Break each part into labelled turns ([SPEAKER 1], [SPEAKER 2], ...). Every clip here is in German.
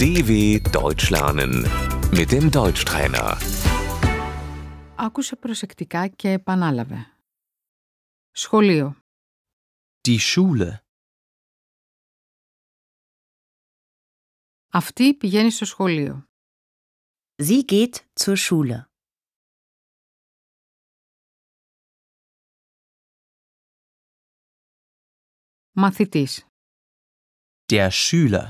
[SPEAKER 1] DW Deutsch lernen mit dem Deutschtrainer.
[SPEAKER 2] Άκουσε προσεκτικά και επανάλαβε. Σχολείο.
[SPEAKER 3] Die Schule.
[SPEAKER 2] Αυτή πηγαίνει στο σχολείο.
[SPEAKER 4] Sie geht zur Schule.
[SPEAKER 2] Μαθητής.
[SPEAKER 3] Der Schüler.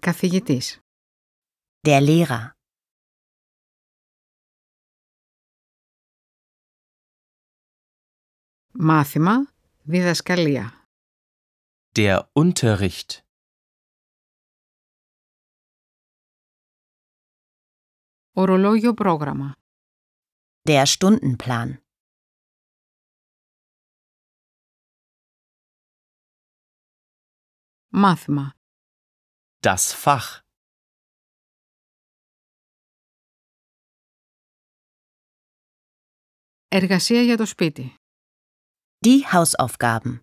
[SPEAKER 2] Καθηγητής.
[SPEAKER 4] Der Lehrer.
[SPEAKER 2] Μάθημα. Διδασκαλία.
[SPEAKER 3] Der Unterricht.
[SPEAKER 2] Ορολόγιο πρόγραμμα.
[SPEAKER 4] Der Stundenplan.
[SPEAKER 2] Μάθημα.
[SPEAKER 3] Das Fach.
[SPEAKER 2] Εργασία για το σπίτι.
[SPEAKER 4] Die Hausaufgaben.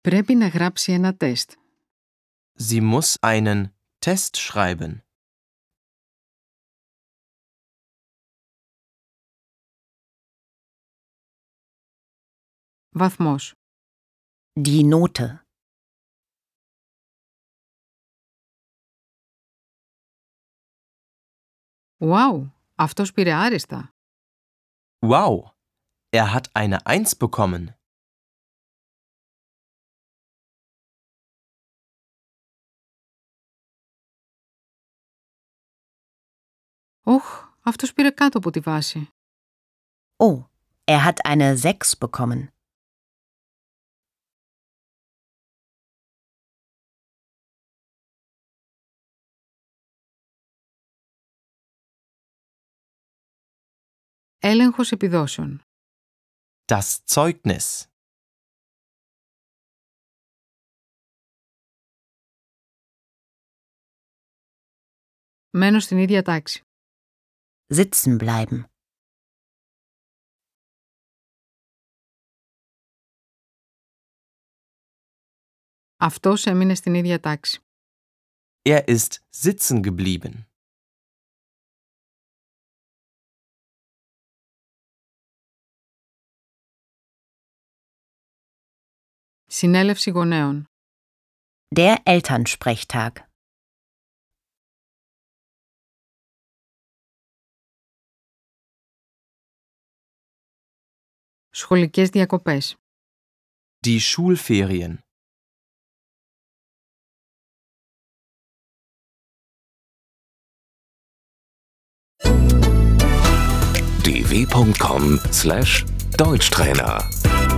[SPEAKER 2] Πρέπει να γράψει ένα τεστ.
[SPEAKER 3] Sie muss einen Test schreiben.
[SPEAKER 2] Βαθμός.
[SPEAKER 4] Die Note.
[SPEAKER 2] Wow, αυτός πήρε άριστα.
[SPEAKER 3] Wow! Er hat eine Eins bekommen.
[SPEAKER 2] Οχ, αυτός πήρε κάτω από τη βάση.
[SPEAKER 4] Oh, er hat eine 6 bekommen.
[SPEAKER 2] Έλεγχος επιδόσεων.
[SPEAKER 3] Das Zeugnis.
[SPEAKER 2] Μένω στην ίδια τάξη.
[SPEAKER 4] Sitzen bleiben.
[SPEAKER 2] Αυτός έμεινε στην ίδια τάξη.
[SPEAKER 3] Er ist sitzen geblieben.
[SPEAKER 2] Συνέλευση γονέων.
[SPEAKER 4] Der Elternsprechtag.
[SPEAKER 2] Σχολικές διακοπές.
[SPEAKER 3] Die Schulferien.
[SPEAKER 1] dw.com/deutschtrainer